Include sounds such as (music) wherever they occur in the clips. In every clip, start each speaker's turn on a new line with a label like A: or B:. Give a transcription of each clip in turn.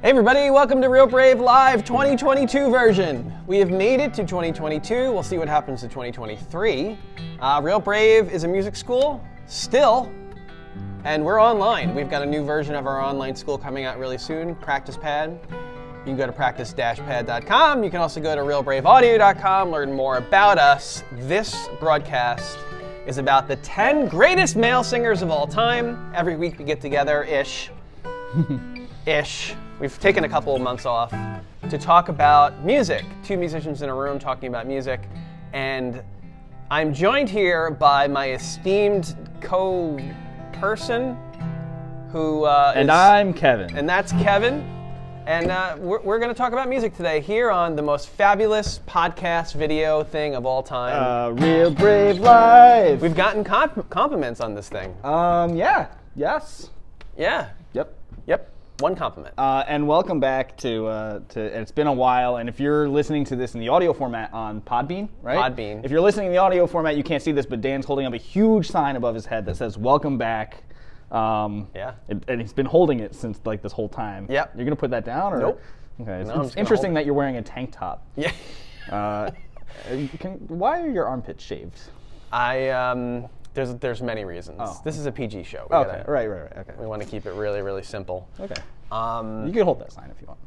A: Hey everybody, welcome to Real Brave Live 2022 version. We have made it to 2022. We'll see what happens to 2023. Uh, Real Brave is a music school, still, and we're online. We've got a new version of our online school coming out really soon, Practice Pad. You can go to practice-pad.com. You can also go to realbraveaudio.com, learn more about us. This broadcast is about the 10 greatest male singers of all time. Every week we get together ish ish. We've taken a couple of months off to talk about music. Two musicians in a room talking about music. And I'm joined here by my esteemed co person who. Uh,
B: And
A: is-
B: I'm Kevin.
A: And that's Kevin. And uh, we're, we're going to talk about music today here on the most fabulous podcast video thing of all time.
B: uh, Real Brave Live.
A: We've gotten comp- compliments on this thing.
B: um, yeah, yes,
A: Yeah.
B: yep.
A: Yep. One compliment.
B: Uh, and welcome back to uh, to. It's been a while, and if you're listening to this in the audio format on Podbean, right?
A: Podbean.
B: If you're listening in the audio format, you can't see this, but Dan's holding up a huge sign above his head that says "Welcome back." Um,
A: Yeah.
B: And, and he's been holding it since like this whole time.
A: Yep.
B: You're gonna put that down, or
A: Nope.
B: Okay. It's,
A: No, I'm
B: it's
A: just gonna
B: interesting
A: hold
B: that you're wearing a tank top.
A: yeah.
B: Uh, can, why are your armpits shaved?
A: I um, there's there's many reasons.
B: Oh.
A: This is a PG show. We
B: Okay.
A: gotta-
B: Right. Right. Right. Okay.
A: We want to keep it really really simple.
B: Okay.
A: Um,
B: You can hold that sign if you want.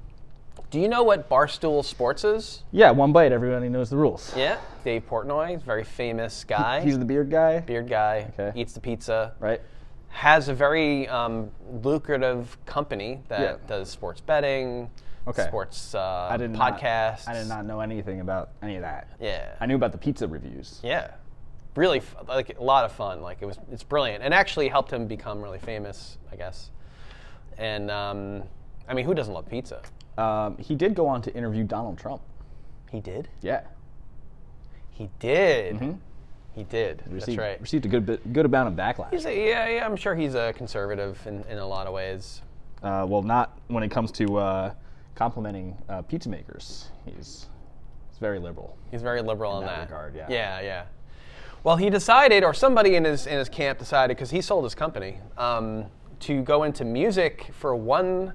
A: do you know what Barstool Sports is?
B: Yeah, one bite. Everybody knows the rules.
A: Yeah, Dave Portnoy, is a very famous guy.
B: He's the beard guy,
A: beard guy.
B: Okay.
A: Eats the pizza.
B: right?
A: Has a very um, lucrative company that
B: Yeah.
A: does sports betting.
B: Okay.
A: Sports uh,
B: I did not-
A: podcasts.
B: I did not know anything about any of that.
A: Yeah.
B: I knew about the pizza reviews.
A: Yeah, really, f- like a lot of fun. Like it was, it's brilliant, and actually helped him become really famous, I guess. And um, I mean, who doesn't love pizza?
B: Um, he did go on to interview Donald Trump.
A: He did.
B: Yeah.
A: He did. He did.
B: Mm-hmm. Received,
A: That's right.
B: Received a good bit, good amount of backlash.
A: He's a, yeah, yeah. I'm sure he's a conservative in, in a lot of ways.
B: Uh, well, not when it comes to uh, complimenting uh, pizza makers. He's, he's very liberal.
A: He's very liberal in,
B: that regard, yeah.
A: Yeah, yeah. Well, he decided, or somebody in his in his camp decided, because he sold his company, um, to go into music for one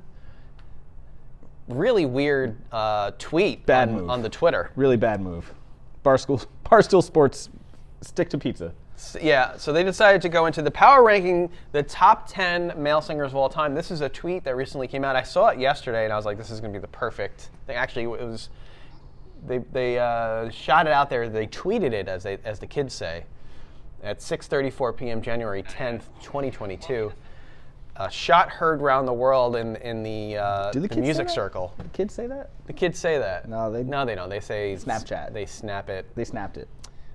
A: really weird uh, tweet
B: Bad
A: on,
B: move.
A: on the Twitter.
B: Really bad move. Bar school, (laughs) Barstool Sports, stick to pizza.
A: S- Yeah, so they decided to go into the power ranking the top 10 male singers of all time. This is a tweet that recently came out. I saw it yesterday and I was like, this is going to be the perfect thing. Actually, it was, they, they uh, shot it out there. They tweeted it, as, they, as the kids say, at 6.34 p.m. January 10th, 2022. A shot heard round the world in, in the, uh,
B: Do the
A: the,
B: kids say
A: music
B: that?
A: circle.
B: Did kids say that?
A: The kids say that.
B: No, they-
A: no, they don't. They say s-
B: Snapchat.
A: They snap it.
B: They snapped it.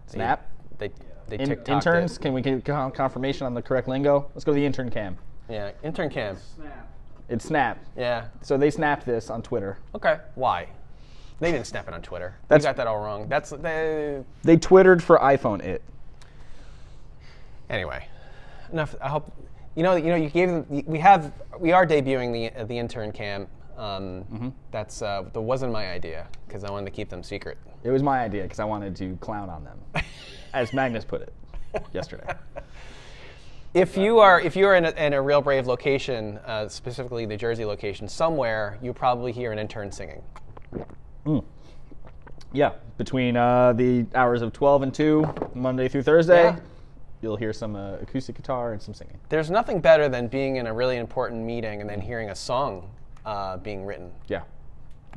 B: Snap.
A: They, they
B: In,
A: TikToked
B: interns,
A: it.
B: can we get con- confirmation on the correct lingo? Let's go to the intern cam.
A: Yeah, intern cam.
B: It's snap.
A: Yeah.
B: So they snapped this on Twitter.
A: Okay. Why? They didn't snap it on Twitter.
B: That's-
A: you got that all wrong. That's they,
B: They twittered for iPhone it.
A: anyway. Enough. I hope you know. You know. You gave them. We have. We are debuting the uh, the intern cam. Um, That's uh, that wasn't my idea because I wanted to keep them secret.
B: It was my idea because I wanted to clown on them,
A: (laughs)
B: as Magnus put it yesterday.
A: If you are if you are in a, in a real brave location, uh, specifically the Jersey location, somewhere you probably hear an intern singing.
B: Yeah, between uh, the hours of 12 and 2, Monday through Thursday,
A: Yeah.
B: you'll hear some uh, acoustic guitar and some singing.
A: There's nothing better than being in a really important meeting and then hearing a song uh, being written.
B: Yeah.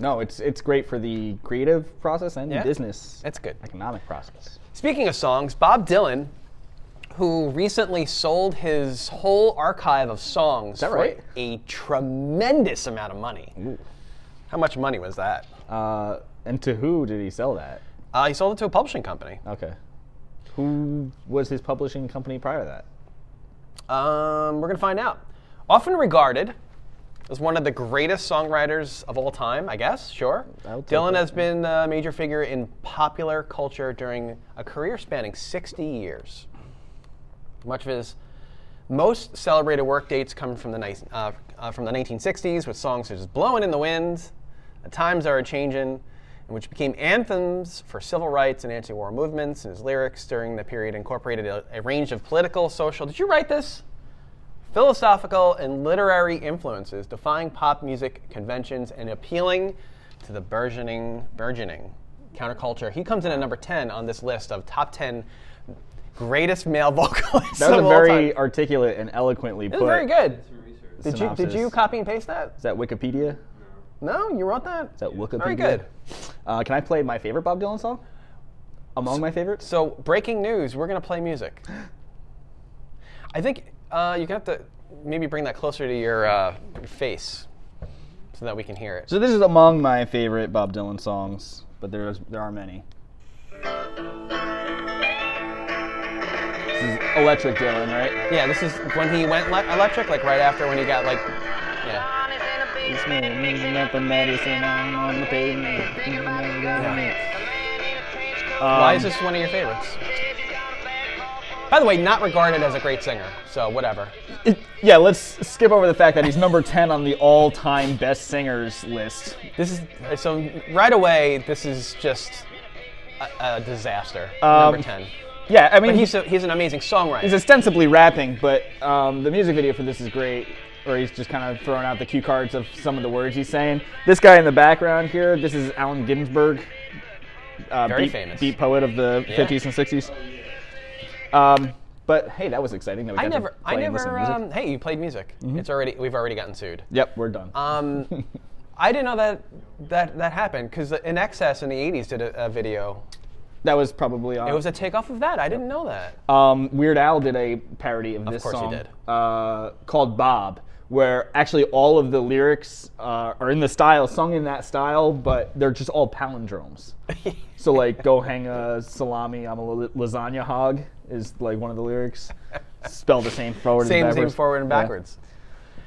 B: No, it's it's great for the creative process and
A: Yeah.
B: the business
A: That's good.
B: economic process.
A: Speaking of songs, Bob Dylan, who recently sold his whole archive of songs
B: that
A: for
B: right?
A: a tremendous amount of money. How much money was that?
B: Uh, and to who did he sell that?
A: Uh, he sold it to a publishing company.
B: Okay. Who was his publishing company prior to that?
A: Um, we're going to find out. Often regarded as one of the greatest songwriters of all time, I guess, sure.
B: I'll take
A: Dylan
B: that,
A: has been a major figure in popular culture during a career spanning 60 years. Much of his most celebrated work dates come from the, nice, uh, uh, from the 1960s with songs such as Blowing in the Wind, The Times Are a Changin', and which became anthems for civil rights and anti war movements. And his lyrics during the period incorporated a, a range of political, social. Did you write this? philosophical and literary influences defying pop music conventions and appealing to the burgeoning, burgeoning counterculture. He comes in at number 10 on this list of top 10 greatest male (laughs) vocalists.
B: That was
A: of
B: a
A: all time.
B: very articulate and eloquently
A: It
B: put.
A: was very good. Did you, did
B: synopsis.
A: you copy and paste that?
B: Is that Wikipedia? Is
A: No, you wrote that?
B: that Wikipedia?
A: Very good.
B: Uh, can I play my favorite Bob Dylan song? Among my favorites?
A: So, breaking news, we're going to play music. (gasps) I think uh, you're going to have to maybe bring that closer to your, uh, your face so that we can hear it.
B: So this is among my favorite Bob Dylan songs, but there's there are many. This is Electric Dylan, right?
A: Yeah, this is when he went le- electric, like right after when he got like, yeah.
B: This man needs nothing medicine. I'm on the pavement. Uh,
A: Why is this one of your favorites? By the way, not regarded as a great singer, so whatever.
B: It- yeah, let's skip over the fact that he's number 10 on the all time best singers list.
A: This is so right away. This is just a, a disaster.
B: Um,
A: number ten.
B: Yeah, I mean,
A: But
B: he's,
A: he's a, he's an amazing songwriter.
B: he's ostensibly rapping, but um, the music video for this is great, where he's just kind of throwing out the cue cards of some of the words he's saying. This guy in the background here, this is Allen Ginsberg, uh,
A: Very
B: beat,
A: famous.
B: beat poet of the
A: Yeah.
B: 50s and 60s. Um, but hey, that was exciting. That we
A: I
B: got to
A: never, I
B: play and listen
A: never.
B: to music. Mm-hmm.
A: Um, hey, you played music. It's already we've already gotten sued.
B: yep, we're done. (laughs)
A: Um, I didn't know that that that happened because in excess in the '80s did a, a video.
B: that was probably on.
A: It was a takeoff of that. I didn't know that.
B: Um, Weird Al did a parody of this
A: course he
B: song
A: did.
B: Uh, called Bob, where actually all of the lyrics uh, are in the style, sung in that style, but they're just
A: (laughs)
B: all palindromes. so like, go hang a salami, I'm a la- lasagna hog is like one of the lyrics. Spell the same forward
A: Same,
B: and
A: same
B: backwards.
A: forward and
B: Yeah.
A: backwards.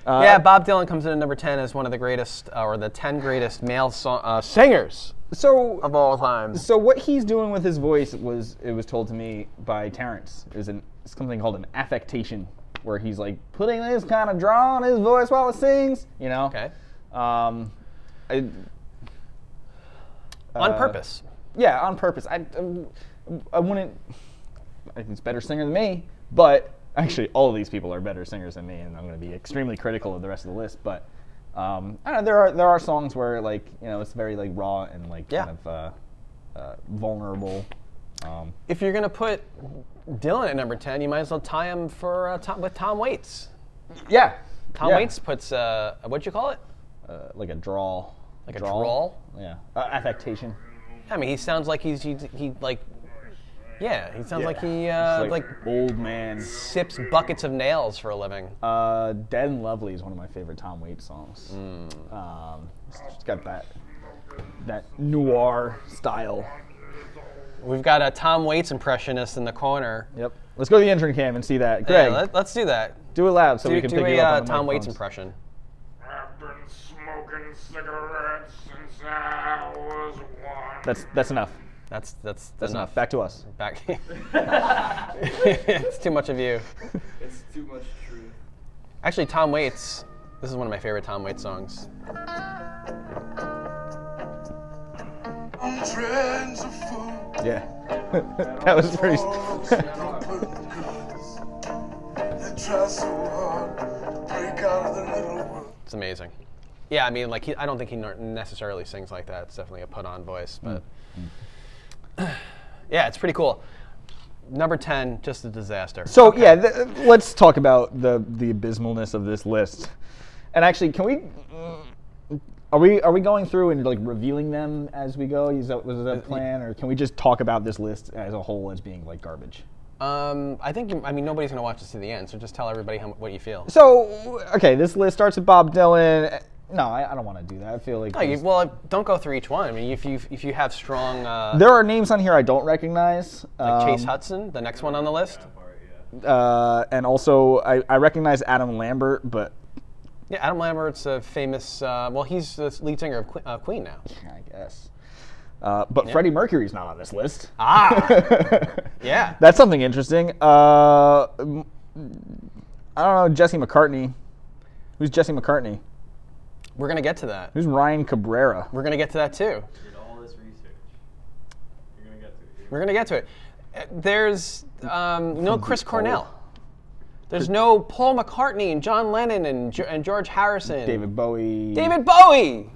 B: Uh,
A: Yeah, Bob Dylan comes in at number 10 as one of the greatest, uh, or the 10 greatest male so- uh, singers
B: So um,
A: of all time.
B: So what he's doing with his voice was it was told to me by Terrence. Is an something called an affectation, where he's like putting this kind of draw on his voice while he sings. You know.
A: Okay.
B: Um, I-
A: On
B: uh,
A: purpose.
B: Yeah, on purpose. I, I wouldn't. I think he's a better singer than me, but actually, all of these people are better singers than me, and I'm going to be extremely critical of the rest of the list. But um, I don't know. There are there are songs where like you know it's very like raw and like
A: Yeah.
B: kind of uh, uh, vulnerable. Um,
A: If you're going to put Dylan at number 10, you might as well tie him for uh, Tom, with Tom Waits.
B: yeah,
A: Tom
B: yeah.
A: Waits puts, uh, what'd you call it?
B: uh, like a drawl,
A: Like a drawl?
B: Yeah, uh, affectation.
A: I mean, he sounds like he's, he, he like, yeah, he sounds like
B: Yeah.
A: he, uh,
B: Just
A: like,
B: old man.
A: sips buckets of nails for a living.
B: Uh, Dead and Lovely is one of my favorite Tom Waits songs.
A: Mm.
B: Um, it's just got that that noir style.
A: We've got a Tom Waits impressionist in the corner.
B: Yep. Let's go to the intern cam and see that.
A: Yeah,
B: Greg,
A: let, us do that.
B: do it loud so
A: Do,
B: we can
A: do
B: pick
A: a
B: you up
A: uh,
B: on the
A: Tom Waits impression.
B: microphones.
C: I've been smoking cigarettes since I was one.
B: That's that's enough.
A: That's, that's,
B: That's
A: enough.
B: enough. Back to us.
A: (laughs) back. it's too much of you.
D: It's too much truth.
A: Actually, Tom Waits. This is one of my favorite Tom Waits songs.
E: Trends are full
B: Yeah. (laughs) that was pretty.
E: of good girls. They try so hard to break out of their little world.
A: It's amazing. Yeah, I mean, like he, I don't think he nor- necessarily sings like that. It's definitely a put-on voice, but
B: Mm.
A: (sighs) yeah, it's pretty cool. Number ten, just a disaster.
B: so yeah, th- let's talk about the the abysmalness of this list. And actually, can we? Are we are we going through and like revealing them as we go? Is that
A: Uh,
B: was that a plan, or can we just talk about this list as a whole as being like garbage?
A: um, I think I mean nobody's gonna watch this to the end, so just tell everybody how, what you feel.
B: So, okay, this list starts with Bob Dylan. No, I, I don't want to do that. I feel like
A: No, you,
B: there's-
A: well, don't go through each one. I mean, if you if you have strong uh,
B: there are names on here I don't recognize.
A: like Chase
B: um,
A: Hudson, the next one on the list.
B: uh, and also I, I recognize Adam Lambert, but
A: Yeah, Adam Lambert's a famous. Uh, well, he's the lead singer of que- uh, Queen
B: (laughs)
A: now.
B: I guess. Uh, but Freddie Mercury's not on this list.
A: Ah,
B: (laughs)
A: yeah.
B: That's something interesting. Uh, m- I don't know Jesse McCartney. Who's Jesse McCartney?
A: We're gonna get to that.
B: Who's Ryan Cabrera?
A: We're gonna get to that too.
D: Did all this research. You're gonna get to it.
A: We're gonna get to it. Uh, There's um, no Chris Cornell. There's no Paul McCartney and John Lennon and, jo- and George Harrison.
B: David Bowie.
A: David Bowie.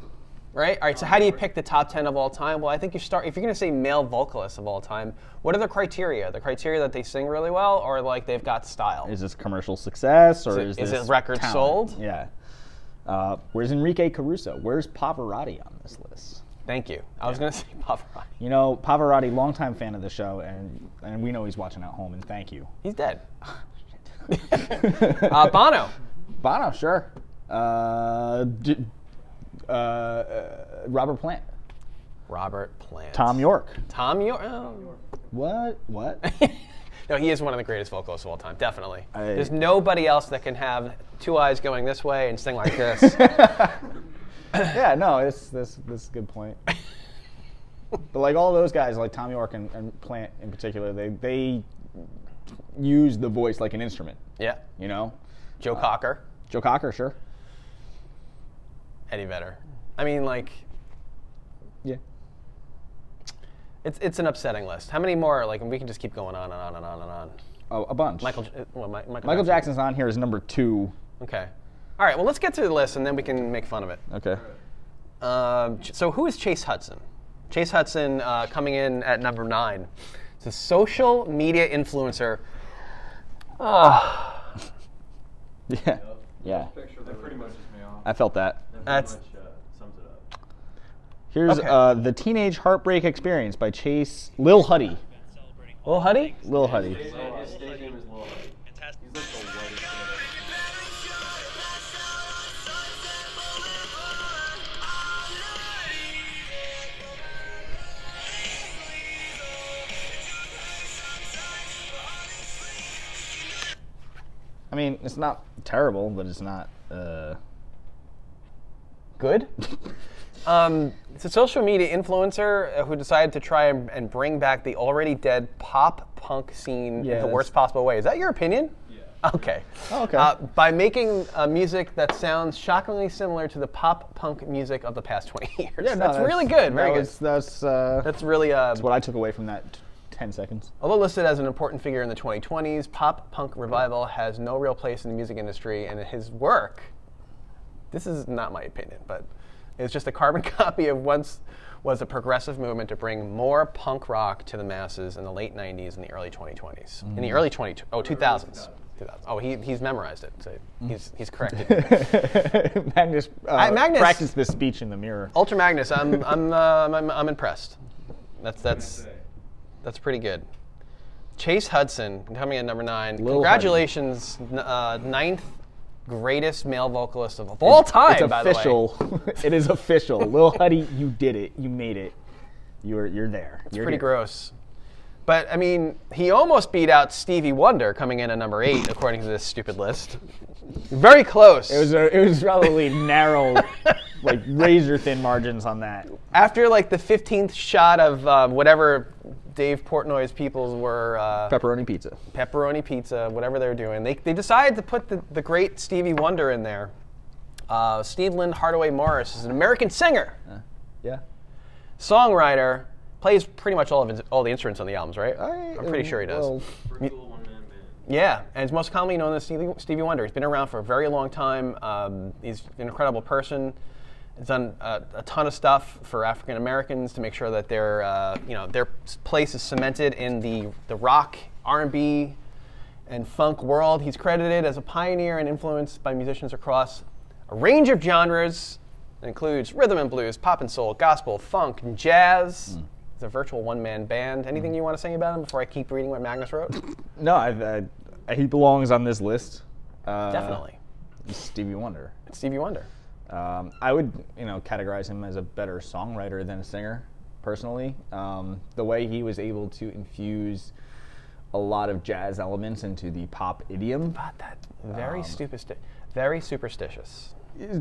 A: Right. All right. So how do you pick the top ten of all time? Well, I think you start if you're going to say male vocalists of all time. What are the criteria? The criteria that they sing really well, or like they've got style.
B: Is this commercial success or
A: Is
B: is,
A: it- is
B: this
A: it record
B: talent?
A: sold?
B: Yeah. Uh, where's Enrique Caruso? Where's Pavarotti on this list?
A: Thank you. I was going to (laughs) say Pavarotti.
B: You know, Pavarotti, longtime fan of the show, and and we know he's watching at home. And thank you.
A: He's
B: (laughs)
A: dead. uh, Bono.
B: Bono, sure. Uh, d- uh, uh, Robert Plant.
A: Robert Plant.
B: Tom York.
A: Tom York. Oh.
B: What? What?
A: No, he is one of the greatest vocalists of all time, definitely.
B: I-
A: There's nobody else that can have two eyes going this way and sing like this.
B: (laughs) yeah, no, this this this is a good point. but like all those guys, like Tom York and, and Plant in particular, they they use the voice like an instrument.
A: yeah.
B: You know,
A: Joe Cocker,
B: Joe Cocker, sure.
A: Eddie Vedder. I mean, like,
B: Yeah.
A: it's, it's an upsetting list. How many more? Like, and we can just keep going on and on and on and on.
B: Oh, a bunch.
A: Michael, J- uh, well, Mi- Michael,
B: Michael Jackson's on here as number two.
A: Okay. All right, well, let's get to the list and then we can make fun of it.
B: Okay.
A: Um, Ch- so who is Chase Hudson? Chase Hudson uh, coming in at number nine. It's a social media influencer. Ah,
B: Yeah. Yeah.
D: Picture that pretty much is me off.
B: I felt that.
D: That pretty
A: That's-
D: much uh, sums it up.
B: Here's
A: Okay.
B: uh, the teenage heartbreak experience by Chase Lil Huddy.
A: Lil Huddy.
B: Lil Huddy.
D: His, his stage name is Lil Huddy. Fantastic. He's like the whitest kid I've ever seen.
B: I mean, it's not terrible, but it's not. Uh, (laughs)
A: Good. Um, it's a social media influencer uh, who decided to try and, and bring back the already dead pop punk scene
B: Yeah,
A: in the
B: that's-
A: worst possible way. Is that your opinion?
D: Yeah.
A: Okay.
B: Oh, okay.
A: Uh, by making uh, music that sounds shockingly similar to the pop punk music of the past 20 (laughs) years.
B: no,
A: that's, really good. Very
B: that
A: good.
B: was- that's uh,
A: that's really uh,
B: what I took away from that t- ten seconds. (laughs)
A: Although listed as an important figure in the 2020s, pop punk revival has no real place in the music industry, and his work, this is not my opinion, but it's just a carbon (laughs) copy of once was a progressive movement to bring more punk rock to the masses in the late 90s and the early 2020s. In the early 20, oh, 2000s. 2000s. Oh, he, he's memorized it, so he's, he's corrected.
B: (laughs) Magnus, uh,
A: I- Magnus-
B: practiced this speech in the mirror.
A: Ultra Magnus, I'm, I'm, um, I'm, I'm impressed. That's, that's,
D: Say.
A: That's pretty good. Chase Hudson coming in number nine.
B: Lil
A: Congratulations, n- uh, ninth greatest male vocalist of all time.
B: it's
A: by
B: official. (laughs) it is official. Lil Huddy, you did it. You made it. You're you're there.
A: the
B: You're
A: way, pretty
B: here.
A: gross. But I mean, he almost beat out Stevie Wonder coming in at number
B: (laughs)
A: eight, according to this stupid list. Very close.
B: It was a, it was
A: (laughs)
B: probably narrow, like razor thin margins on that.
A: after like the fifteenth shot of uh, whatever Dave Portnoy's peoples were. Uh,
B: Pepperoni pizza.
A: pepperoni pizza, whatever they're doing. They, they decided to put the, the great Stevie Wonder in there. Uh, Steve Lynn Hardaway Morris is an American singer,
B: Yeah.
A: songwriter, plays pretty much all of his, all the instruments on the albums, right? I'm pretty sure he does.
B: um, well,
D: Pretty little one man band.
A: Yeah, and he's most commonly known as Stevie, Stevie Wonder. He's been around for a very long time. Um, he's an incredible person. He's done a, a ton of stuff for African Americans to make sure that their uh, you know their s- place is cemented in the the rock, R&B, and funk world. He's credited as a pioneer and influenced by musicians across a range of genres. It includes rhythm and blues, pop and soul, gospel, funk, and jazz. He's a virtual one-man band. Anything you want to say about him before I keep reading what Magnus wrote?
B: No, I, I, he belongs on this list. Uh,
A: Definitely.
B: Stevie Wonder.
A: Stevie Wonder.
B: Um, I would, you know, categorize him as a better songwriter than a singer, personally. Um, the way he was able to infuse a lot of jazz elements into the pop idiom,
A: But that very stupid, very superstitious.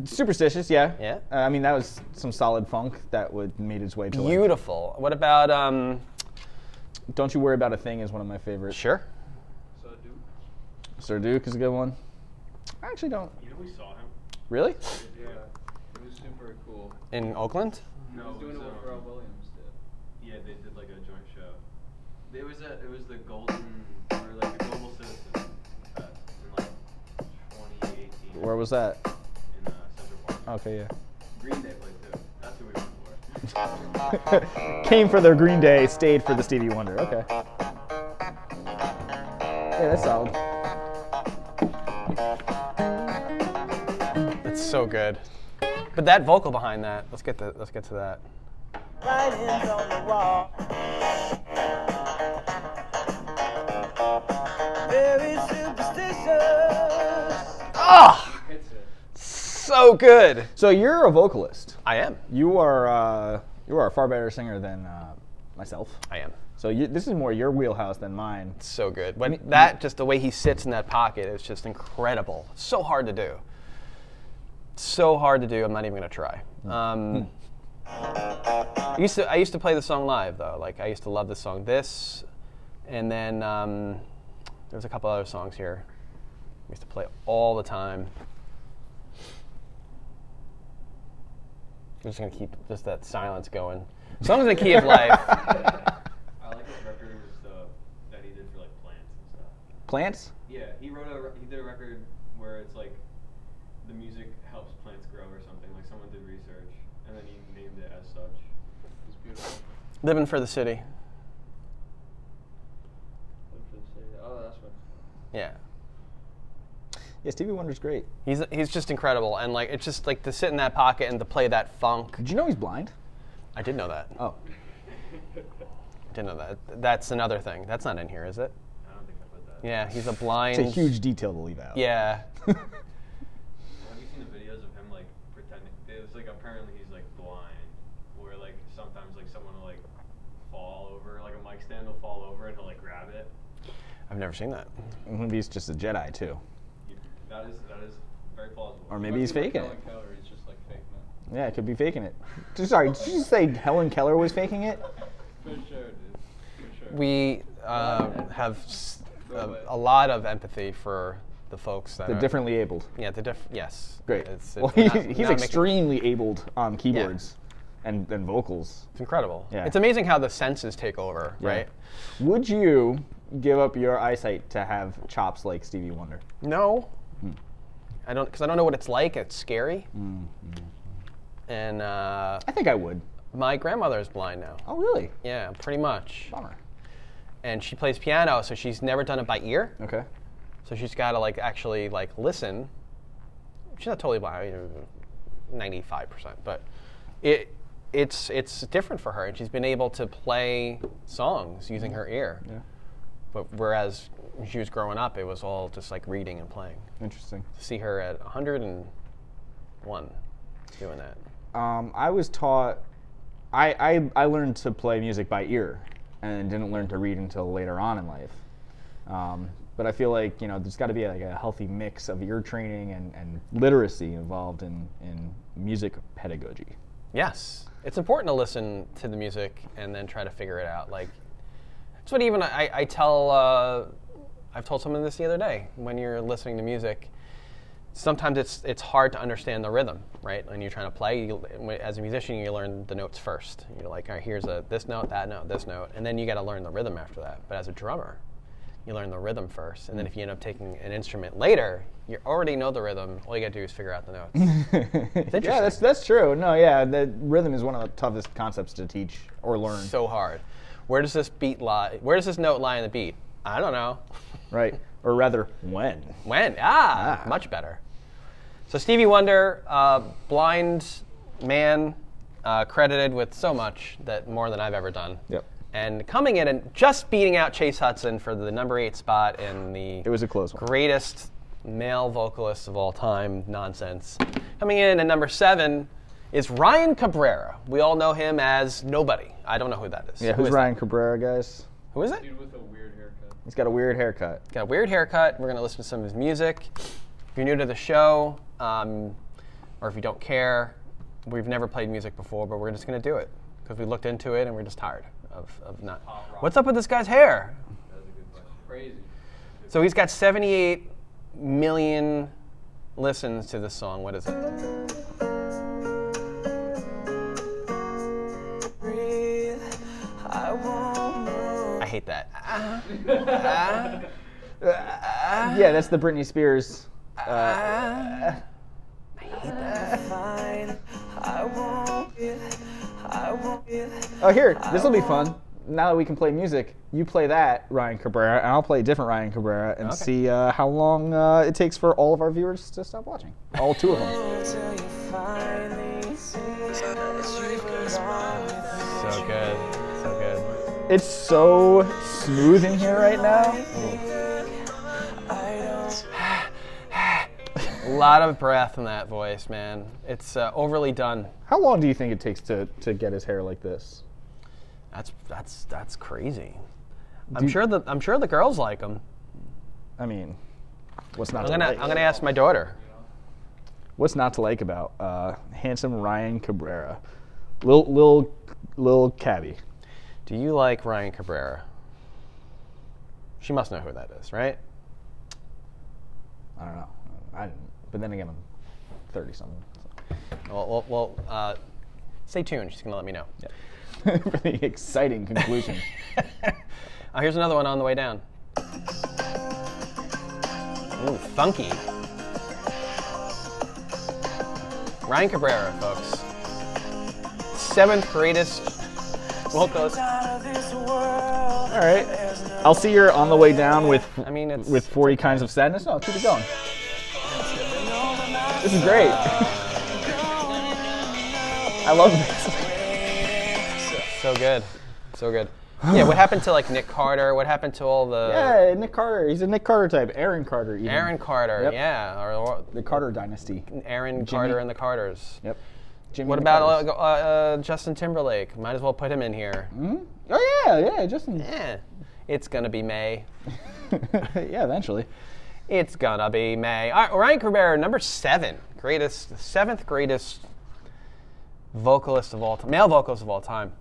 B: superstitious, yeah.
A: Yeah.
B: Uh, I mean, that was some solid funk that would made its way to. Like,
A: Beautiful. What about um?
B: Don't you worry about a thing is one of my favorites.
A: Sure.
D: So, dude,
B: Sir Duke is a good one. I actually don't
D: you know we saw him.
B: really.
D: Yeah. He was super cool.
A: In Oakland.
D: No, he was doing it with Pharrell Williams did. Yeah, they did like a joint show. It was at it was the Golden or like the Global Citizen Fest uh, in like
B: Where was Oh. that?
D: in uh, Central Park.
B: Okay, yeah.
D: Green Day played too. That's who we went for. (laughs)
B: Came for their Green Day, stayed for the Stevie Wonder. Okay. Yeah, that's solid.
A: That's so good. But that vocal behind that, let's get to let's get to that.
F: Writings on the wall. Very superstitious.
A: Ah, so good.
B: So you're a vocalist.
A: I am.
B: You are uh, you are a far better singer than uh, myself.
A: I am.
B: So you, this is more your wheelhouse than mine.
A: So good. When that just the way he sits in that pocket is just incredible. So hard to do. So hard to do. I'm not even gonna try. Um, I used to I used to play the song live though. Like I used to love the song this, and then um, there was a couple other songs here. I used to play all the time. I'm just gonna keep just that silence going. Songs in the
D: (laughs)
A: key of life.
D: I like his record was uh, that he did for like plants and stuff.
B: Plants?
D: Yeah, he wrote a re- he did a record where it's like the music helps plants grow or something. Like someone did research and then he named it as such. It was beautiful.
A: Living for the city.
D: Oh, that's what.
A: Yeah.
B: Yeah, Stevie Wonder's great.
A: He's he's just incredible, and like it's just like to sit in that pocket and to play that funk.
B: Did you know he's blind?
A: I did know that.
B: Oh,
A: I did know that. That's another thing. That's not in here, is it?
D: I don't think I put that.
A: Yeah, he's a blind.
B: it's a huge detail to leave out. (laughs)
A: Yeah.
D: Have you seen the videos of him like pretending? It was like apparently he's like blind, or like sometimes like someone will like fall over, like a mic stand will fall over and he'll like grab it.
A: I've never seen that.
B: Maybe he's just a Jedi too.
D: You, that is that is very plausible.
B: Or maybe he's faking it.
D: Or he's just like fake now.
B: Yeah, it could be faking it. Just- Sorry, did you just say Helen Keller was faking it?
D: For sure, dude. For sure.
A: We uh, have s- a, a lot of empathy for the folks that
B: The
A: are,
B: differently abled.
A: Uh, Yeah, the diff. Yes.
B: Great.
A: It's,
B: well,
A: it's not-
B: he's- he's
A: not making-
B: extremely abled on keyboards and, and vocals.
A: It's incredible.
B: Yeah.
A: It's amazing how the senses take over,
B: Yeah.
A: right?
B: Would you give up your eyesight to have chops like Stevie Wonder?
A: No. I don't, because I don't know what it's like. It's scary. And uh,
B: I think I would.
A: my grandmother is blind now.
B: Oh, really?
A: Yeah, pretty much.
B: Bummer.
A: And she plays piano, so she's never done it by ear.
B: Okay.
A: So she's got to like actually like listen. She's not totally blind, ninety-five percent, but it it's it's different for her, and she's been able to play songs using her ear.
B: Yeah.
A: But whereas when she was growing up, it was all just like reading and playing.
B: Interesting.
A: To see her at hundred and one doing that.
B: Um, I was taught. I, I I learned to play music by ear, and didn't learn to read until later on in life. Um, but I feel like you know there's got to be like a healthy mix of ear training and, and literacy involved in in music pedagogy.
A: Yes, it's important to listen to the music and then try to figure it out. Like that's what even I, I tell. Uh, I've told someone this the other day. When you're listening to music, sometimes it's it's hard to understand the rhythm, right? When you're trying to play, you, when- as a musician, you learn the notes first. You're like, all right, here's a this note, that note, this note, and then you got to learn the rhythm after that. But as a drummer, you learn the rhythm first, and then if you end up taking an instrument later, you already know the rhythm. All you got to do is figure out the notes. interesting.
B: (laughs) Yeah, that's that's true. No, yeah, the rhythm is one of the toughest concepts to teach or learn.
A: so hard. Where does this beat lie? Where does this note lie in the beat? I don't know.
B: right, or rather, when.
A: When? Ah, much better. So Stevie Wonder, uh, blind man, uh, credited with so much that more than I've ever done.
B: Yep.
A: And coming in and just beating out Chase Hudson for the number eight spot in the
B: It was a close one.
A: greatest male vocalist of all time nonsense. Coming in at number seven is Ryan Cabrera. We all know him as nobody. I don't know who that is.
B: Yeah,
A: Who
B: who's
A: is that?
B: Ryan Cabrera, guys?
A: Who is it?
D: Dude with a weird haircut.
B: He's got a weird haircut.
A: got a weird haircut. We're going to listen to some of his music. If you're new to the show, um, or if you don't care, we've never played music before, but we're just going to do it because we looked into it and we're just tired of, of not. What's up with this guy's hair?
D: That's a good question. Crazy.
A: So he's got 78 million listens to this song. What is it?
F: Breathe, I won't move.
A: I hate that. Uh-huh.
B: Yeah, that's the Britney Spears. Oh, Uh,
F: Fine. I won't get. I won't get.
B: Oh, here, this will be fun. Now that we can play music, you play that Ryan Cabrera, and I'll play a different Ryan Cabrera, and see uh, how long uh, it takes for all of our viewers to stop watching. All two of them.
F: Till you finally see
G: So good. So good.
B: It's so smooth in here right now.
F: I don't.
A: A lot of breath in that voice, man. It's uh, overly done.
B: How long do you think it takes to, to get his hair like this?
A: That's that's that's crazy. I'm sure the I'm sure the girls like him.
B: I mean, what's not
A: I'm
B: to
A: gonna
B: like?
A: I'm gonna ask my daughter.
B: what's not to like about uh, handsome Ryan Cabrera, Lil Lil Lil Cabby?
A: Do you like Ryan Cabrera? She must know who that is, right?
B: I don't know. I didn't. But then again, I'm thirty something. (laughs)
A: Well, well, well uh, stay tuned. She's gonna let me know.
B: really
A: (laughs)
B: exciting conclusion.
A: Uh, here's another one on the way down. Ooh, funky. Ryan Cabrera, folks. Seventh greatest vocalist.
F: Out of this world.
B: All right. I'll see you're on the way down with
A: I mean, it's
B: with 40 kinds of sadness. No, keep it going. This is great. (laughs) I love this.
A: so good, so good. Yeah, what happened to like Nick Carter? What happened to all the
B: Yeah, Nick Carter. He's a Nick Carter type. Aaron Carter. Even.
A: Aaron Carter?
B: Yep.
A: Yeah, or, or
B: The Carter dynasty.
A: Aaron
B: Jimmy-
A: Carter and the Carters.
B: Yep. Jimmy
A: What
B: and the
A: about
B: Carters.
A: uh, uh, Justin Timberlake? Might as well put him in here.
B: Oh yeah, yeah, Justin.
A: Eh, it's gonna be May.
B: (laughs) yeah, eventually.
A: It's gonna be May. All right, Ryan Cabrera, number seven, greatest, seventh greatest vocalist of all time, male vocalist of all time.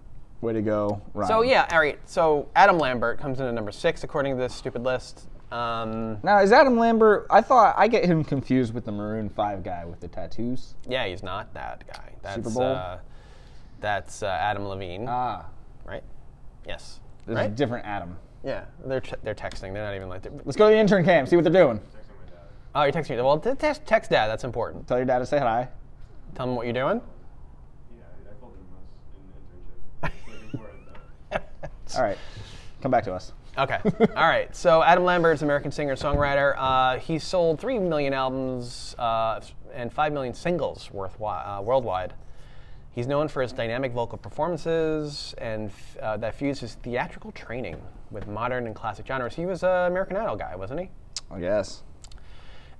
B: Way to go, Ryan.
A: So yeah, all right. So Adam Lambert comes in at number six according to this stupid list. Um,
B: Now is Adam Lambert? I thought I get him confused with the Maroon Five guy with the tattoos.
A: yeah, he's not that guy. That's,
B: Super Bowl?
A: Uh, that's uh, Adam Levine,
B: Ah,
A: right? Yes.
B: this
A: Right?
B: is a different Adam.
A: Yeah, they're ch- they're texting. They're not even like. they're-
B: Let's go to the intern cam. See what they're doing.
A: Oh, you're texting me. Well, t- text, text dad. That's important.
B: Tell your dad to say hi.
A: Tell him what you're doing. (laughs)
D: Yeah, I called him us in the internship. Looking for it though.
B: All right, come back to us.
A: Okay. (laughs) All right. So Adam Lambert's American singer songwriter. Uh, he sold three million albums uh, and five million singles worthwhile, uh, worldwide. He's known for his dynamic vocal performances and f- uh, that fused his theatrical training with modern and classic genres. He was an American Idol guy, wasn't he?
B: I guess.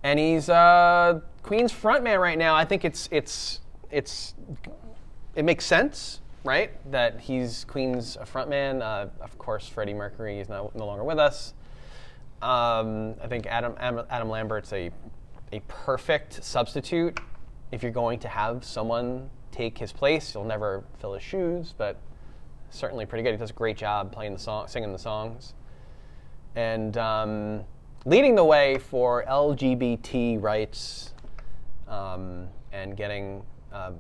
A: And he's uh, Queen's frontman right now. I think it's it's it's it makes sense, right? That he's Queen's frontman. Uh, of course, Freddie Mercury is no, no longer with us. Um, I think Adam, Adam Adam Lambert's a a perfect substitute. If you're going to have someone take his place, he'll never fill his shoes, but certainly pretty good. He does a great job playing the song, singing the songs, and um, leading the way for LGBT rights um, and getting. Uh,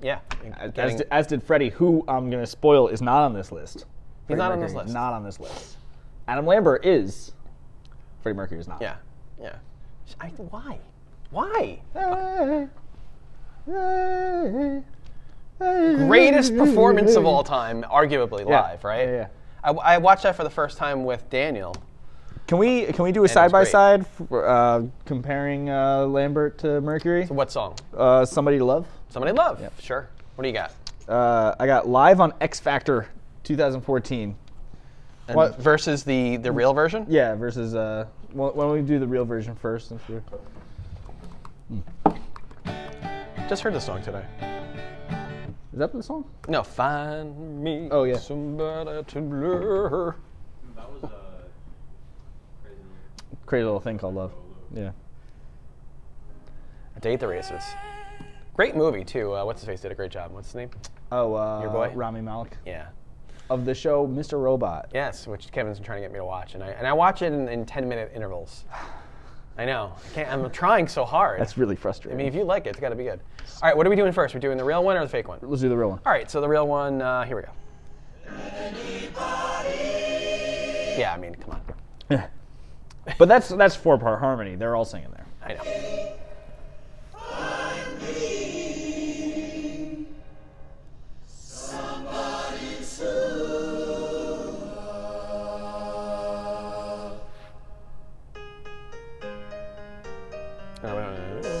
A: yeah,
B: As,
A: getting-
B: di- as did Freddie, who I'm gonna spoil is not on this list. Freddie
A: not on this
B: Mercury is
A: list.
B: Not on this list. Adam Lambert is. Freddie Mercury is not.
A: Yeah, yeah. I, why? Why? Greatest performance of
B: (laughs)
A: all time, arguably
B: Yeah,
A: live, right?
B: yeah, yeah.
A: I, I watched that for the first time with Daniel.
B: Can we can we do
A: it
B: a
A: was
B: side by side uh, comparing uh, Lambert to Mercury?
A: What song?
B: Uh, Somebody to love.
A: Somebody love. Sure. What do you got?
B: Uh, I got live on X Factor 2014.
A: And
B: What-
A: versus the the real version?
B: Yeah, versus uh, why why don't we do the real version first? Since we're
A: Just heard the song today.
B: Is that the song?
A: No, find me.
B: Oh, yeah.
A: Somebody to lure.
D: That was uh, crazy.
B: Crazy little thing called Love. Yeah.
A: Date the races. Great movie too. Uh, what's his face did a great job. What's his name?
B: Oh, uh,
A: Your boy?
B: Rami Malik
A: Yeah.
B: of the show Mr. Robot.
A: Yes, which Kevin's been trying to get me to watch, and I and I watch it in, in ten minute intervals. I know. I can't, I'm trying so hard.
B: That's really
A: I
B: frustrating.
A: mean, if you like it, it's got to be good. All right, what are we doing first? We're doing the real one or the fake one?
B: Let's do the real one.
A: All right, so the real one. Uh, here we go. Yeah, I mean, come on.
B: But that's that's four part harmony. They're all singing there.
A: I know. Oh, wait, wait, wait, wait.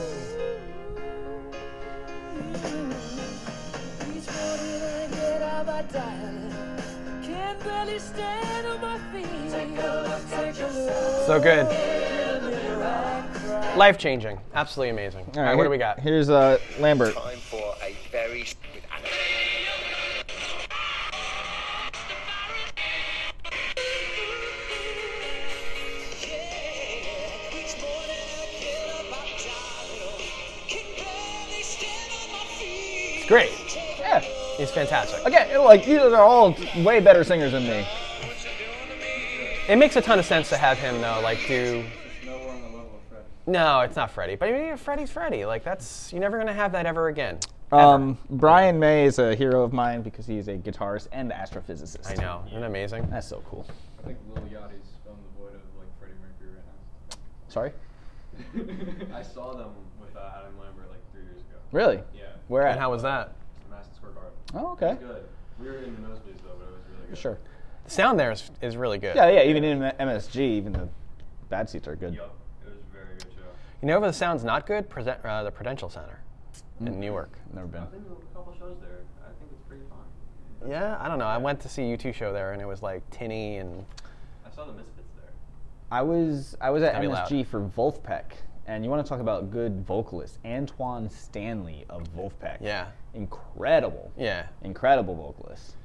F: Each morning I get out my dial. Can barely stand on my feet. Take a look, take a look.
A: So good. Life changing. Absolutely amazing. All right, what do we got?
B: Here's uh, Lambert.
H: time for a very s- with Alex.
A: It's great.
B: Yeah.
A: It's fantastic.
B: Again, like these are all way better singers than me.
A: It makes a ton of sense to have him though, like do.
D: Nowhere on the level of Fred.
A: No, it's not Freddy, but I mean, Freddy's Freddy. Like that's you're never gonna have that ever again.
B: Um, Brian May is a hero of mine because he is a guitarist and astrophysicist.
A: I know. Isn't it amazing?
B: That's so cool.
D: I think Lil Yachty's filmed the void of like Freddie Mercury right
B: Sorry.
D: now. (laughs) I saw them with uh, Adam Lambert like three years ago.
B: Really?
D: Yeah.
B: Where
A: And
B: at?
A: how was that?
D: Madison Square Garden.
B: Oh, okay.
D: Good. We were in the nosebleeds though, but it was really good.
B: Sure.
A: The sound there is, is really good.
B: Yeah, yeah. Even in M- MSG, even the bad seats are good.
D: Yup. It was a very good show.
A: You know where the sound's not good? Present, uh, the Prudential Center
B: Mm.
A: in Newark.
B: Never been.
D: I've been to a couple shows there. I think it's pretty fun.
A: Yeah, I don't know. I went to see U2 show there, and it was like tinny and
D: I saw the Misfits there.
B: I was I was at
A: gotta be loud.
B: MSG for Wolfpack, and you want to talk about good vocalists? Antoine Stanley of Wolfpack.
A: yeah,
B: Incredible.
A: yeah.
B: Incredible vocalist.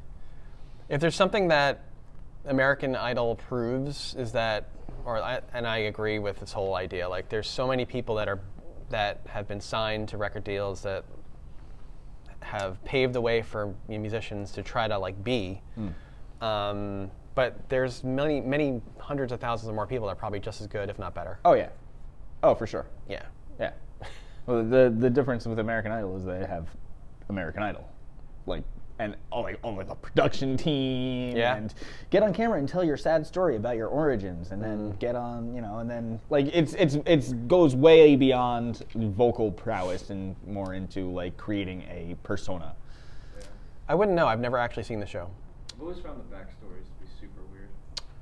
A: If there's something that American Idol proves is that, or I, and I agree with this whole idea. Like, there's so many people that are that have been signed to record deals that have paved the way for musicians to try to like be.
B: Hmm.
A: Um, but there's many, many hundreds of thousands of more people that are probably just as good, if not better.
B: Oh yeah. Oh for sure.
A: Yeah.
B: Yeah. (laughs) Well, the the difference with American Idol is they have American Idol, like and all like all like a production team
A: Yeah.
B: and get on camera and tell your sad story about your origins and
A: Mm-hmm.
B: then get on you know and then like it's it's it's goes way beyond vocal prowess and more into like creating a persona.
A: I wouldn't know. I've never actually seen the show.
D: I've always found the backstories to be super weird.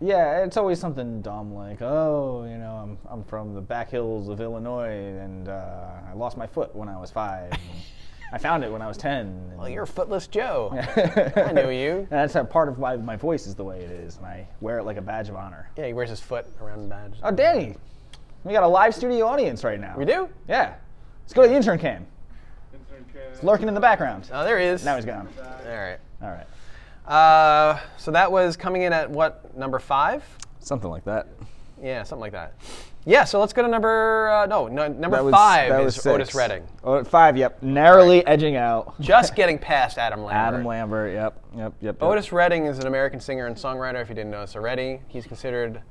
B: Yeah, it's always something dumb like, oh, you know, I'm, I'm from the back hills of Illinois and uh, I lost my foot when I
A: (laughs)
B: was five. and I found it when I was 10. and-
A: Well, you're Footless
B: (laughs)
A: Joe. I knew you.
B: And (laughs) that's a part of why my voice is the way it is, and I wear it like a badge of honor.
A: Yeah, he wears his foot around the badge.
B: Oh, Danny, we got a live studio audience right now.
A: We do?
B: Yeah. Let's go to the intern cam. It's lurking in the background.
A: Oh, there he is.
B: Now he's gone.
A: All right.
B: All right.
A: Uh, so that was coming in at what number five?
B: Something like that.
A: Yeah, something like that. Yeah. So let's go to number uh, no, no number
B: That was,
A: five
B: that
A: is
B: was
A: Otis
B: six.
A: Redding.
B: Oh, five, yep. Narrowly edging out.
A: Just getting past Adam Lambert.
B: (laughs) Adam Lambert, yep, yep, yep. yep.
A: Otis Redding is an American singer and songwriter. If you didn't notice already, he's considered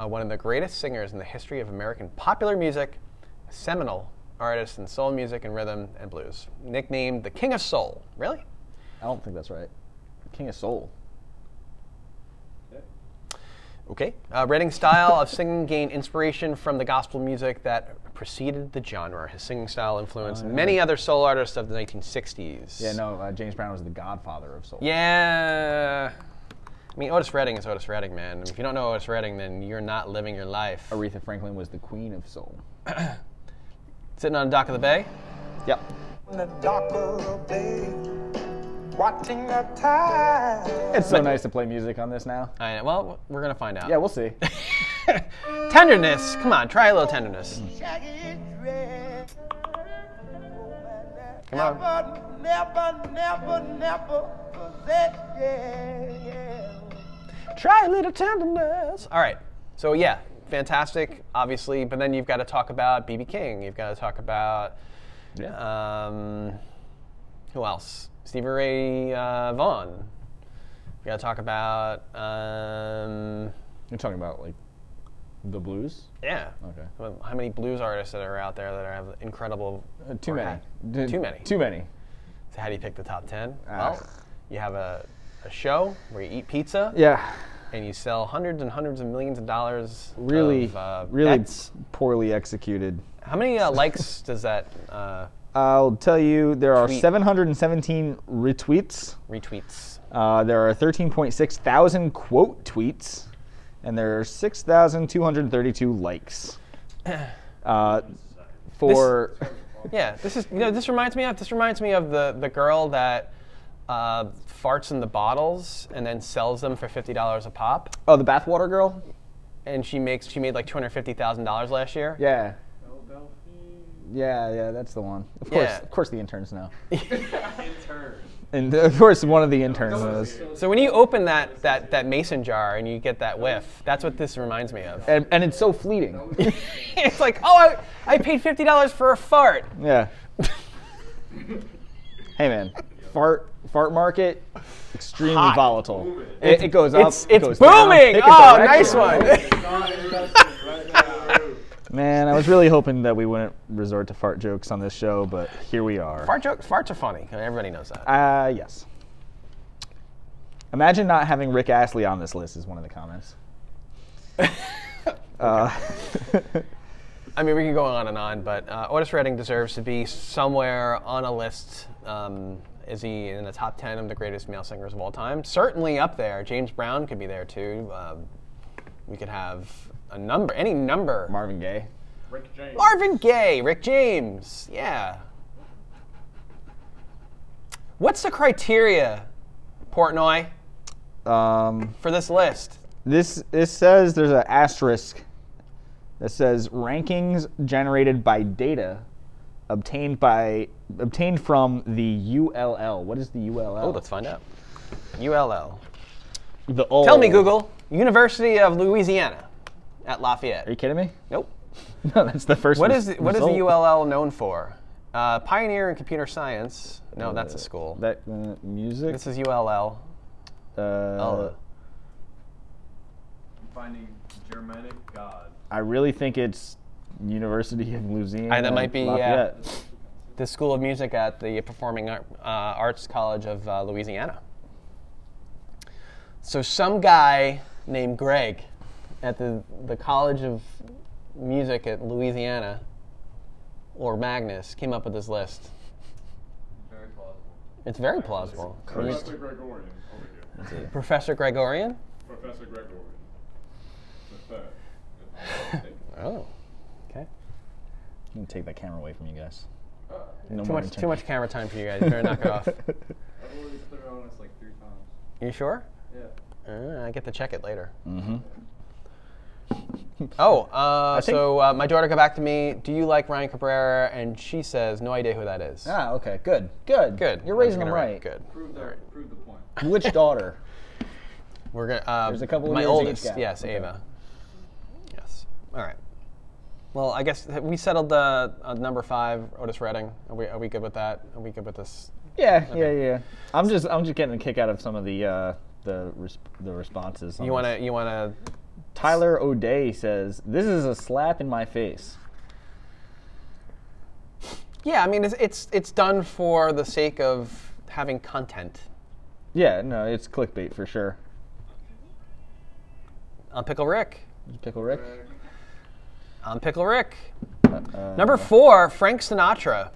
A: uh, one of the greatest singers in the history of American popular music, a seminal artist in soul music and rhythm and blues, nicknamed the King of Soul. Really?
B: I don't think that's right. King of Soul.
A: Okay. Uh, Redding's style of singing gained inspiration from the gospel music that preceded the genre. His singing style influenced many other soul artists of the 1960s.
B: Oh, Yeah, no, uh, James Brown was the godfather of soul.
A: Yeah. I mean, Otis Redding is Otis Redding, man. I mean, if you don't know Otis Redding, then you're not living your life.
B: Aretha Franklin was the queen of soul.
A: Sitting on the dock of the bay.
B: Yep.
E: In the dock of the bay, watching the tide.
B: It's so nice to play music on this now.
A: I know. Well, we're gonna find out.
B: Yeah,
A: (laughs)
B: we'll see.
A: tenderness. Come on, try a little tenderness.
E: Shaggy dress.
A: Come on.
E: Never, never, never, never possess. Yeah.
A: Try a little tenderness. All right. So yeah, fantastic, obviously. But then you've got to talk about BB King. You've got to talk about
B: Yeah.
A: um, who else? Stevie Ray uh, Vaughan. We got to talk about um,
B: You're talking about like the blues?
A: yeah.
B: Okay.
A: Well, How many blues artists that are out there that have incredible?
B: Uh, too
A: or
B: many.
A: have-
B: D-
A: too many.
B: Too many.
A: So how do you pick the top ten?
B: Ah.
A: Well, you have a, a show where you eat pizza.
B: Yeah.
A: and you sell hundreds and hundreds of millions of dollars
B: Really,
A: of, uh,
B: really
A: bets.
B: poorly executed.
A: How many uh,
B: (laughs)
A: likes does that uh,
B: I'll tell you, there are
A: Tweet.
B: 717 retweets.
A: retweets?
B: Uh, there are 13.6 thousand quote tweets, and there are
A: (coughs)
B: 6,232 likes. Uh, for
A: Yeah, this is you know this reminds me of this reminds me of the the girl that uh, farts in the bottles and then sells them for fifty dollars a pop,
B: oh, the bathwater girl.
A: and she makes she made like two hundred fifty thousand dollars last year.
B: Yeah. Yeah, yeah, that's the one. Of course,
A: Yeah.
B: of course, the interns know,
D: Intern.
B: and (laughs) of course, one of the interns knows.
A: So when you open that that that mason jar and you get that whiff, that's what this reminds me of.
B: And, and it's so fleeting.
A: (laughs) it's like oh I, I paid fifty dollars for a fart.
B: Yeah. hey man, fart fart market extremely volatile. It, it goes up.
A: It's
B: it
A: it's
B: goes down,
A: booming.
B: it can
A: oh,
B: go
A: nice
B: extra.
A: one.
B: (laughs)
A: (laughs)
B: Man, I was really hoping that we wouldn't resort to fart jokes on this show, but here we are.
A: Fart jokes, farts are funny. Everybody knows that.
B: Uh, yes. Imagine not having Rick Astley on this list is one of the comments. uh,
A: I mean, we could go on and on, but uh, Otis Redding deserves to be somewhere on a list. Um, is he in the top 10 of the greatest male singers of all time? Certainly up there. James Brown could be there too. Um, we could have a number, any number.
B: Marvin Gaye.
D: Rick James.
A: Marvin Gaye, Rick James, yeah. What's the criteria, Portnoy,
B: Um,
A: for this list?
B: this this says there's an asterisk that says rankings generated by data obtained by obtained from the ULL. What is the ULL?
A: Oh, let's find out. ULL.
B: the old.
A: Tell me, Google. University of Louisiana at Lafayette.
B: Are you kidding me? (laughs)
A: Nope.
B: No, that's the first.
A: What
B: res-
A: is the, what is the
B: result.
A: ULL known for? Uh, pioneer in computer science. No, that's a school.
B: That uh, music.
A: This is ULL.
B: uh,
A: Oh.
D: Finding Germanic God.
B: I really think it's University of Louisiana.
A: I- that might be, yeah.
B: Lafayette.
A: The School of Music at the Performing Ar- uh, Arts College of uh, Louisiana. So some guy named Greg at the the College of Music at Louisiana or Magnus came up with this list.
D: Very plausible.
A: It's very plausible.
C: Professor Gregorian over here.
A: Professor Gregorian?
C: Professor Gregorian. The third. if I'm not mistaken.
A: Oh. Okay.
B: I'm gonna take that camera away from you guys.
C: Uh,
B: No
A: Too
B: more
A: much too
B: intern-
A: much camera time for you guys. You better knock it
B: (laughs)
A: off.
D: I've already put it on us like three times.
A: You sure?
D: Yeah.
A: Uh, I get to check it later.
B: Mhm.
A: Oh, uh,
B: think-
A: so uh, my daughter got back to me. Do you like Ryan Cabrera? And she says, no idea who that is.
B: Ah, okay, good, good,
A: Good.
B: You're
A: I'm
B: raising
A: just
B: them
A: gonna
B: right.
A: write Good.
D: Prove the, prove the point.
B: (laughs) Which
A: (laughs)
B: daughter?
A: We're gonna. Uh,
B: There's a couple of
A: My
B: years age
A: oldest,
B: gap.
A: yes,
B: Okay.
A: Ava. Yes. All right. Well, I guess th- we settled the uh, number five, Otis Redding. Are we are we good with that? Are we good with this?
B: Yeah, yeah, yeah. I'm just, I'm just getting a kick out of some of the, uh, the, res- the responses. on
A: You wanna
B: this.
A: you wanna?
B: Tyler O'Day says this is a slap in my face.
A: Yeah, I mean it's it's it's done for the sake of having content.
B: Yeah, no, it's clickbait for sure.
A: I'm Pickle Rick.
B: Pickle Rick.
A: I'm Pickle Rick.
B: Uh,
A: Number four, Frank Sinatra.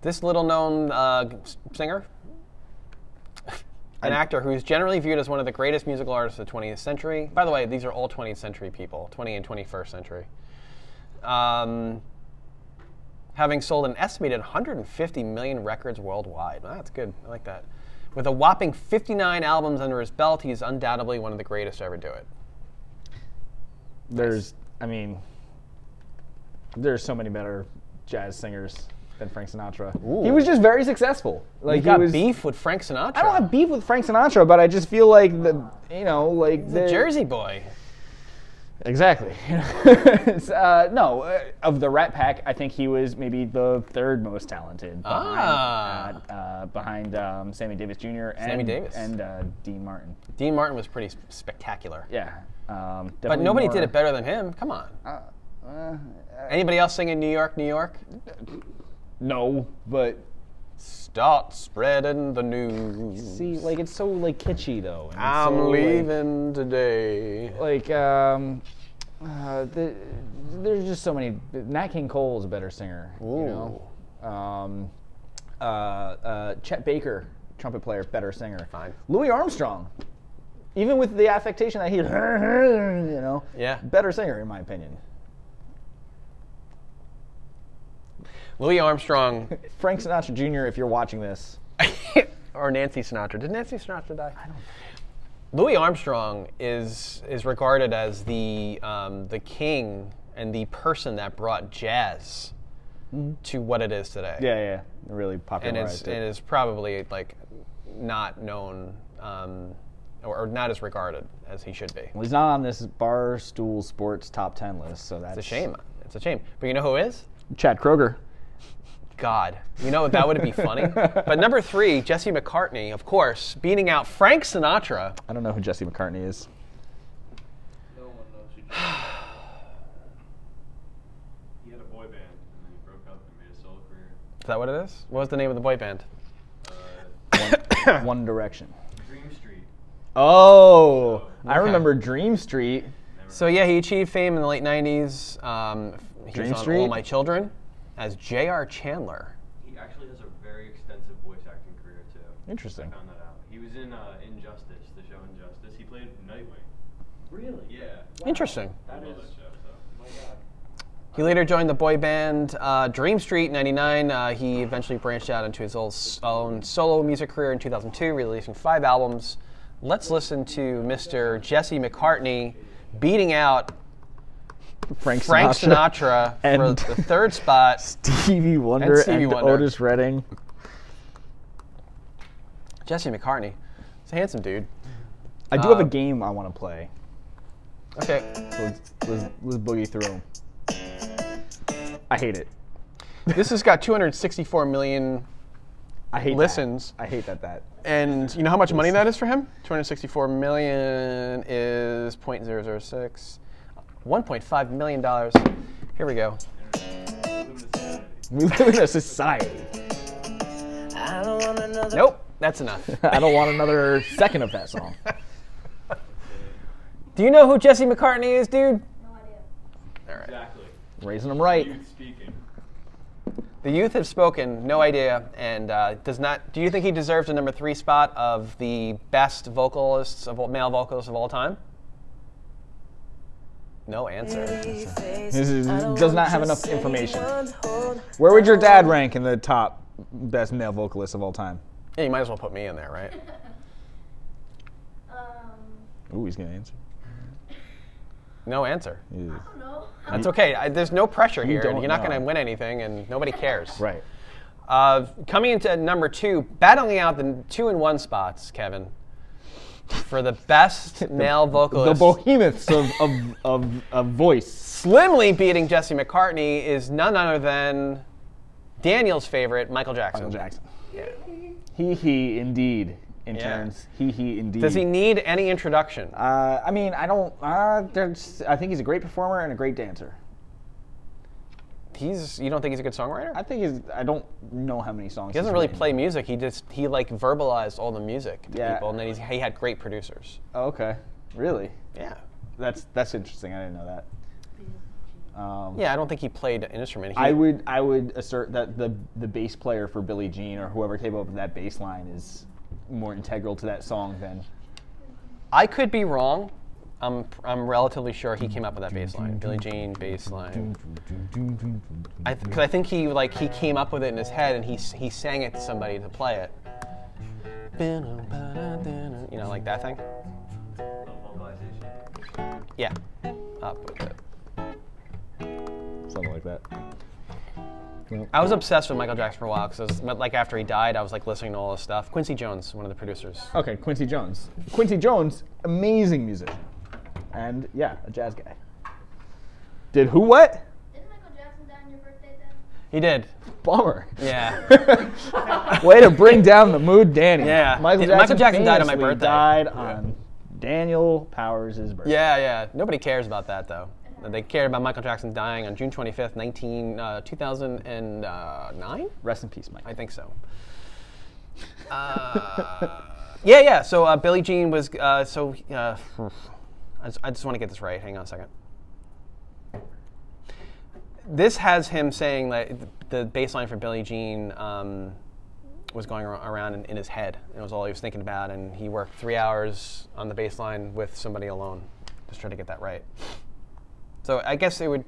A: This little known uh, s- singer, an actor who's generally viewed as one of the greatest musical artists of the 20th century. By the way, these are all 20th century people, 20 and 21st century. Um, having sold an estimated 150 million records worldwide. Wow, that's good. I like that. With a whopping 59 albums under his belt, he's undoubtedly one of the greatest to ever do it.
B: There's, I mean, there's so many better jazz singers than Frank Sinatra. He was just very successful. Like
A: You got
B: he was,
A: beef with Frank Sinatra.
B: I don't have beef with Frank Sinatra, but I just feel like the, you know, like
A: the
B: the-
A: Jersey boy.
B: Exactly. (laughs) It's, uh, no, uh, of the Rat Pack, I think he was maybe the third most talented. Behind,
A: Ah.
B: uh, uh, behind um, Sammy Davis Jr. and,
A: Sammy Davis.
B: and uh, Dean Martin.
A: Dean Martin was pretty s- spectacular.
B: Yeah. Um, uh,
A: But nobody did it better than him. Come on. Anybody else singing New York, New York?
B: No, but
A: Start spreading the news.
B: see, like it's so like kitschy though. and it's
A: I'm
B: so, like-
A: leaving today.
B: Like, um,
G: Uh, the, there's just so many. Nat King Cole is a better singer. You know? um, uh, uh, Chet Baker, trumpet player, better singer.
A: Fine.
G: Louis Armstrong, even with the affectation that he, (laughs) you know,
A: Yeah.
G: better singer in my opinion.
A: Louis Armstrong
G: Frank Sinatra Jr. If you're watching this,
A: or Nancy Sinatra. Did Nancy Sinatra die? I don't. Louis Armstrong is is regarded as the um, the king and the person that brought jazz to what it is today.
G: yeah, yeah, really
A: and it's
G: popularized.
A: it is probably like not known um, or, or not as regarded as he should be.
G: Well, he's not on this Barstool Sports top ten list, so that's
A: It's a shame. It's a shame. But you know who is?
B: Chad Kroger.
A: God, you know that would be
G: (laughs)
A: funny. But number three, Jesse McCartney, of course, beating out Frank Sinatra.
G: I don't know who Jesse
A: (coughs)
G: McCartney is.
D: No one knows who John He had a boy band and then he broke up and made a solo career.
A: Is that what it is? What was the name of the boy band?
D: Uh,
G: One Direction.
D: Dream Street.
G: Oh, I remember Dream Street.
A: So yeah, he achieved fame in the late '90s. Um, he
G: Dream
A: was on
G: Street?
A: All My Children as J.R. Chandler.
D: He actually has a very extensive voice acting career too.
G: Interesting.
D: I found that out. He was in uh, Injustice, the show Injustice. He played Nightwing. Really? Yeah.
A: Interesting.
D: I love that show. So.
A: He later joined the boy band uh, Dream Street '99. Uh, he eventually branched out into his old, own solo music career in 2002, releasing five albums. Let's listen to Mr. Jesse McCartney beating out
B: Frank,
A: Frank Sinatra,
B: And-
A: for the third
G: (laughs)
A: spot.
B: Stevie Wonder
A: And
B: and,
A: Stevie Wonder.
B: Otis Redding.
A: Jesse McCartney, he's a handsome dude.
B: I do have
A: Uh,
B: a game I want to play.
A: Okay,
B: So let's, let's, let's boogie through 'em. I hate it.
A: this has got 264 million
B: I hate that.
A: listens.
B: I hate that. That.
A: And you know how much money that is for him? 264 million is 0.006. 1.5 million dollars. Here we go.
B: We live in a society. (laughs)
F: I don't want another.
A: Nope, that's
B: (laughs)
A: enough.
B: I don't want another second of that song.
A: Do you know who Jesse McCartney is, dude?
D: Exactly.
B: Raising them right.
D: Youth speaking.
A: The youth have spoken. No idea, and uh, does not. Do you think he deserves the number three spot of the best vocalists of all- male vocalists of all time? No answer.
B: This is,
F: I don't
B: does not
F: want
B: have
F: to
B: enough
F: see
B: information.
F: one hold
B: Where would your dad rank in the top best male vocalist of all time?
A: Yeah, you might as well put me in there, right?
I: Um,
B: Ooh, he's gonna answer.
A: No answer.
B: Ew.
I: I don't know.
A: That's okay. I, there's no pressure here. and
B: don't
A: You're not
B: know.
A: going to win anything, and nobody cares.
B: Right.
A: Uh, coming into at number two, battling out the two and one spots, Kevin, for the best male
B: (laughs) The
A: vocalist.
B: behemoths of of, of, of voice.
A: slimly beating Jesse McCartney is none other than Daniel's favorite, Michael Jackson.
B: Michael Jackson. He he indeed. In
A: Yeah.
B: turns. He he indeed.
A: Does he need any introduction?
B: Uh, I mean, I don't. Uh, there's, I think he's a great performer and a great dancer.
A: He's. You don't think he's a good songwriter?
B: I think he's. I don't know how many songs.
A: he doesn't really play music. He just he like verbalized all the music to
B: Yeah.
A: people, and then he's, he had great producers.
B: Oh, okay. Really?
A: Yeah.
B: That's that's interesting. I didn't know that. Um,
A: Yeah, I don't think he played an instrument. He,
B: I would I would assert that the the bass player for Billie Jean or whoever came up with that bass line is more integral to that song than
A: I could be wrong. I'm, I'm relatively sure he came up with that bass line, Billie Jean bass line. I because I think he like he came up with it in his head and he s- he sang it to somebody to play it. You know, like that thing.
D: Little vocalization.
A: Yeah. Up with it.
B: something like that.
A: I was obsessed with Michael Jackson for a while because, like, after he died, I was like listening to all his stuff. Quincy Jones, one of the producers.
B: Okay, Quincy Jones. Quincy Jones, amazing musician, and yeah, a jazz guy. Did who what?
I: Didn't Michael Jackson die on your birthday then?
A: He did.
B: Bummer.
A: Yeah.
B: (laughs) Way to bring down the mood, Danny.
A: Yeah.
B: Michael
A: Yeah,
B: Jackson,
A: Michael Jackson died on my
B: famously
A: birthday.
B: Died on Daniel Powers' birthday.
A: Yeah, yeah. Nobody cares about that though. They cared about Michael Jackson dying on June 25th, 19, uh, 2009.
B: Rest in peace, Mike.
A: I think so. Uh, yeah, yeah. So uh, Billie Jean was. Uh, so uh, I just, I just want to get this right. Hang on a second. this has him saying that the bass line for Billie Jean um, was going ar- around in, in his head. And it was all he was thinking about. And he worked three hours on the bass line with somebody alone, just trying to get that right. So I guess it would.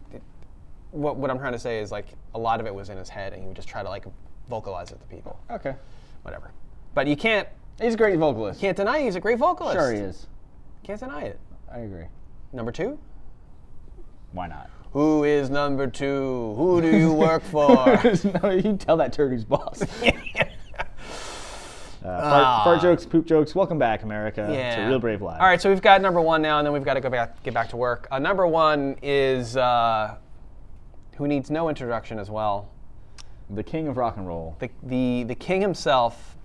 A: What, what I'm trying to say is like a lot of it was in his head, and he would just try to like vocalize it to people,
B: Okay.
A: whatever. But you can't
B: He's a great vocalist.
A: can't deny he's a great vocalist.
B: Sure he is.
A: Can't deny it.
B: I agree.
A: Number two.
B: Why not?
A: Who is number two? Who do you (laughs) work for?
B: (laughs) no, you tell that turd
A: (laughs)
B: who's boss. uh,
A: Ah.
B: fart, fart jokes, poop jokes. Welcome back, America,
A: Yeah.
B: to Real Brave Live.
A: All right, so we've got number one now, and then we've got to go back, get back to work. Uh, number one is uh, who needs no introduction as well.
B: The king of rock and roll.
A: The the the king himself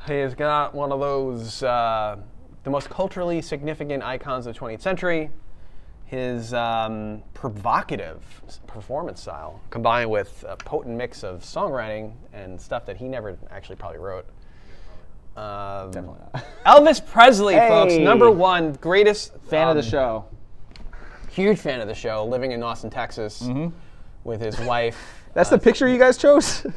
A: has got one of those uh, the most culturally significant icons of the 20th century. His um, provocative s- performance style, combined with a potent mix of songwriting and stuff that he never actually probably wrote. Um,
B: Definitely not.
A: Elvis Presley, folks,
B: Hey.
A: number one, greatest
B: Fan of
A: um,
B: the show.
A: huge fan of the show, living in Austin, Texas,
B: Mm-hmm.
A: with
B: (laughs)
A: his wife.
B: That's the picture you
A: (laughs)
B: guys chose.
C: Yeah,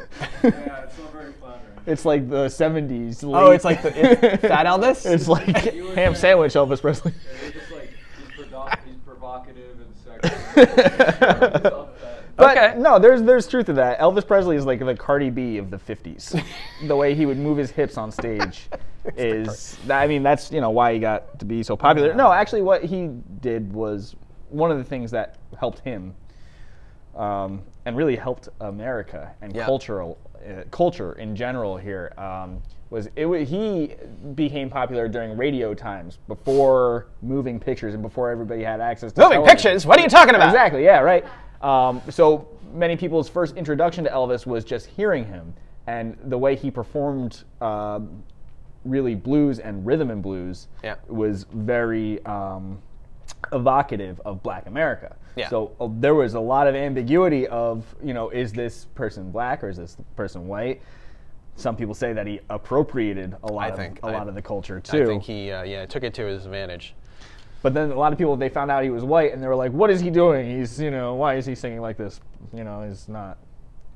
C: it's not very flattering.
B: it's like the '70s.
A: Oh,
B: late-
A: it's like the it's Fat Elvis.
B: (laughs) it's like ham sandwich, Elvis Presley.
D: He's just like he's, provo- he's provocative and sexy.
B: (laughs)
D: He's up that-
B: But
A: Okay.
B: no, there's there's truth to that. Elvis Presley is like the Cardi B of
A: (laughs)
B: the '50s. the way he would move his hips on stage is, I mean, that's you know why he got to be so popular. No, actually, what he did was one of the things that helped him, um, and really helped America and
A: Yeah.
B: cultural uh, culture in general here. Um, was it? wa- He became popular during radio times before moving pictures and before everybody had access to
A: Moving
B: television.
A: pictures. What are you talking about?
B: Exactly. Yeah. Right. Um, so many people's first introduction to Elvis was just hearing him, and the way he performed, um, really blues and rhythm and blues,
A: Yeah.
B: was very um, evocative of Black America.
A: Yeah.
B: So uh, there was a lot of ambiguity of you know is this person black or is this person white? Some people say that he appropriated a lot
A: I
B: of
A: think-
B: a
A: I-
B: lot of the culture too.
A: I think he uh, yeah took it to his advantage.
B: But then a lot of people they found out he was white and they were like, "What is he doing? He's you know why is he singing like this? You know he's not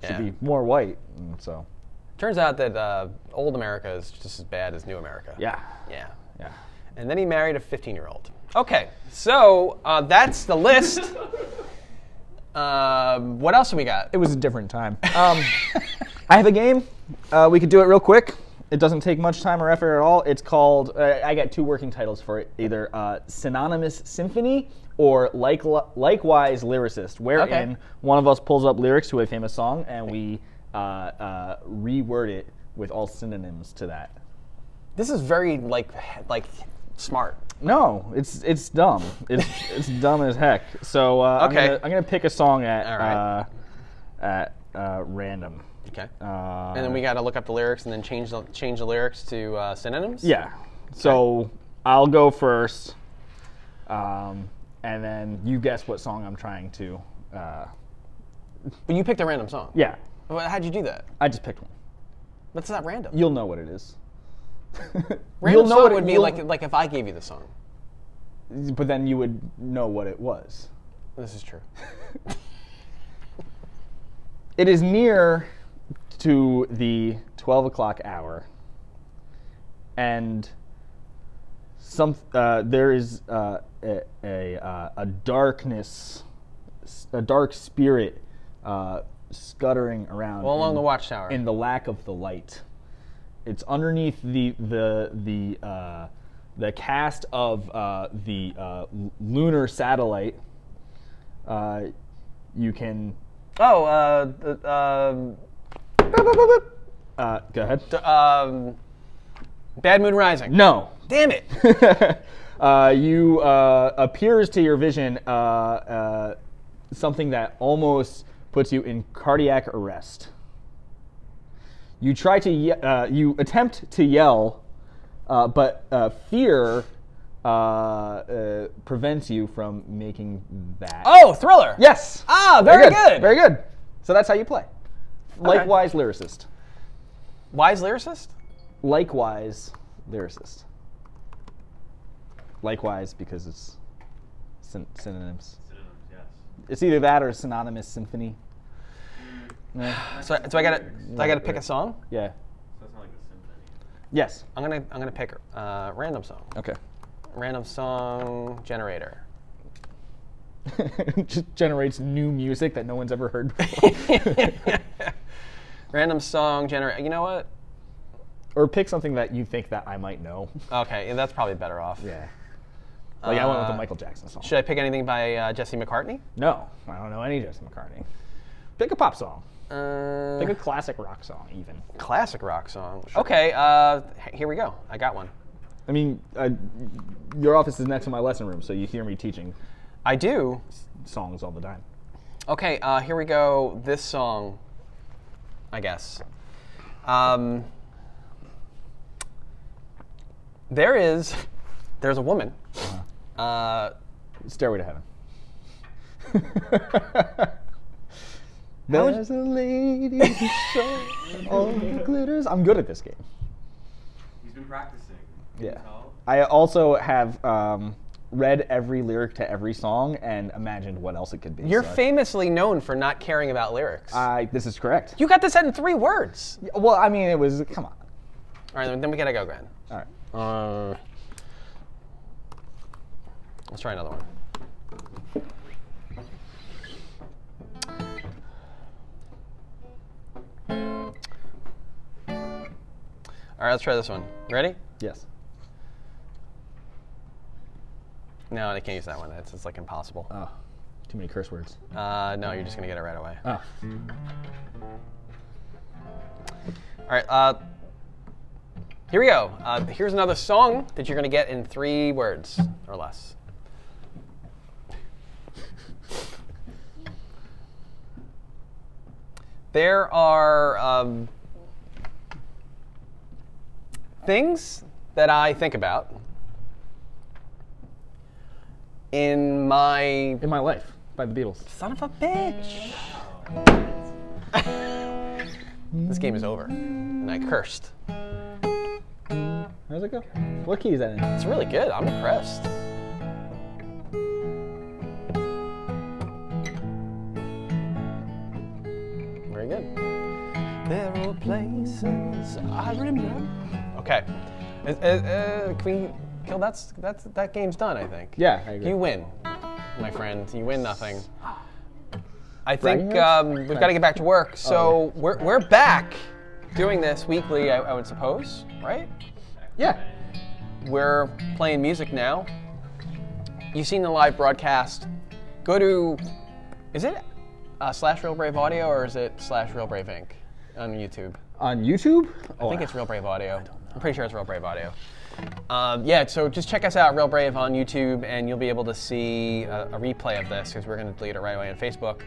B: should
A: Yeah.
B: be more white." And so
A: Turns out that uh, old America is just as bad as new America.
B: yeah,
A: Yeah.
B: yeah.
A: And then he married a 15 year old. Okay, so uh, that's the
B: (laughs)
A: list. um, what else have we got?
B: It was a different time. Um, (laughs) I have a game. Uh, we could do it real quick. It doesn't take much time or effort at all. It's called. Uh, I got two working titles for it: either uh, synonymous symphony or like likewise lyricist, wherein
A: Okay.
B: one of us pulls up lyrics to a famous song and we uh, uh, reword it with all synonyms to that.
A: This is very like like smart.
B: No, it's it's dumb. It's
A: (laughs)
B: it's dumb as heck. So uh,
A: Okay.
B: I'm, gonna, I'm gonna pick a song at
A: All right.
B: uh, at uh, random.
A: Okay.
B: Uh,
A: and then we got to look up the lyrics and then change the change the lyrics to uh, synonyms.
B: yeah. So I'll go first, um, and then you guess what song I'm trying to. Uh,
A: But you picked a random song.
B: yeah,
A: Well, how'd you do that?
B: I just picked one.
A: That's not random.
B: You'll know what it is. (laughs)
A: random song
B: what it-
A: would be
B: you'll-
A: like like if I gave you the song.
B: but then you would know what it was.
A: This is
B: (laughs)
A: true.
B: It is near to the 12 o'clock hour, and some uh, there is uh, a a, uh, a darkness, a dark spirit uh, scuttering around.
A: Well, along
B: in-
A: the watchtower.
B: in the lack of the light. It's underneath the the the uh, the cast of uh, the uh, l- lunar satellite. Uh, you can
A: oh, uh, th- um,
B: uh, go ahead.
A: um, Bad Moon Rising.
B: No. (laughs)
A: Damn it.
B: uh, you uh, appears to your vision uh, uh, something that almost puts you in cardiac arrest. You try to ye- uh, you attempt to yell, uh, but uh, fear uh, uh, prevents you from making that.
A: Oh, Thriller.
B: yes.
A: Ah, very good.
B: Very good. So that's how you play. Likewise, lyricist.
A: Wise lyricist.
B: Likewise, lyricist. Likewise, because it's syn- synonyms.
D: Synonyms, yes.
B: It's either that or synonymous (sighs) symphony.
A: So, so I gotta, so I gotta pick a song.
B: Yeah.
D: So it's not like a symphony.
B: Yes.
A: I'm gonna, I'm gonna pick a uh, random song.
B: Okay.
A: Random song generator.
B: (laughs) Just generates new music that no one's ever heard before.
A: Random song generator. You know what?
B: or pick something that you think that I might (laughs) know.
A: Okay, yeah, that's probably better off.
B: Yeah. Like I went with the
A: Uh,
B: Michael Jackson song.
A: Should I pick anything by uh, Jesse McCartney?
B: No, I don't know any Jesse McCartney. Pick a pop song.
A: Uh,
B: (sighs) Pick a classic rock song, even.
A: classic rock song. Okay, uh, h- here we go. I got one.
B: I mean, uh, your office is next to my lesson room, so you hear me teaching
A: I do.
B: songs all the time.
A: Okay, uh, here we go. This song, I guess. Um, there is, there's a woman. Uh,
B: Stairway
A: (laughs)
B: to Heaven. There's a lady who shone
A: (laughs)
B: all the glitters. I'm good at this game.
D: He's been practicing.
B: Yeah.
D: No?
B: I also have um, read every lyric to every song and imagined what else it could be.
A: you're
B: so-
A: famously known for not caring about lyrics.
B: I, this is correct.
A: you got this out in three words.
B: well, I mean, it was. Come on.
A: All right, then- then we gotta go, Glenn.
B: All right.
A: Uh, let's try another one. All right, let's try this one. Ready?
B: Yes.
A: No, I can't use that one. It's, it's like impossible.
B: Oh, too many curse words.
A: Uh, no, you're just gonna get it right away.
B: Oh.
A: All right. Uh, here we go. Uh, here's another song that you're gonna get in three words or less. There are um, things that I think about in my
B: In My Life by the Beatles.
A: son of a bitch. this game is over, and I cursed.
B: How's it go? What key is that in?
A: It's really good. I'm impressed. Very good. There are places I remember. Okay. Uh, uh, uh, can we kill that's that's that game's done. I think.
B: Yeah, I agree.
A: You win, my friend. You win nothing. I
B: Bragging
A: think
B: rights?
A: um, we've got to get back to work. So we're, we're back doing this weekly, I, I would suppose, right?
B: yeah.
A: We're playing music now. You've seen the live broadcast. Go to, is it uh, slash Real Brave Audio or is it slash Real Brave Inc. on YouTube?
B: On YouTube? Oh,
A: I think it's Real Brave Audio. I'm pretty sure it's Real Brave Audio. Um, yeah, so just check us out, Real Brave, on YouTube, and you'll be able to see a, a replay of this because we're going to delete it right away on Facebook.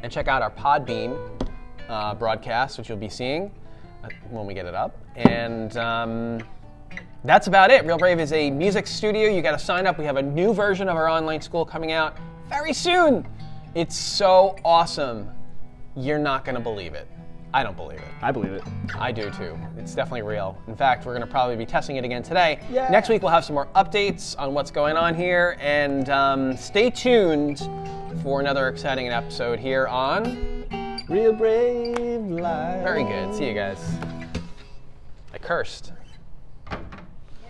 A: And check out our Podbean uh, broadcast, which you'll be seeing uh, when we get it up. And um, that's about it. Real Brave is a music studio. You got to sign up. We have a new version of our online school coming out very soon. It's so awesome. You're not going to believe it. I don't believe it.
B: I believe it.
A: I do too. It's definitely real. In fact, we're going to probably be testing it again today. Next week, we'll have some more updates on what's going on here, and um, stay tuned for another exciting episode here on.
B: Real brave life.
A: Very good. See you guys. I cursed.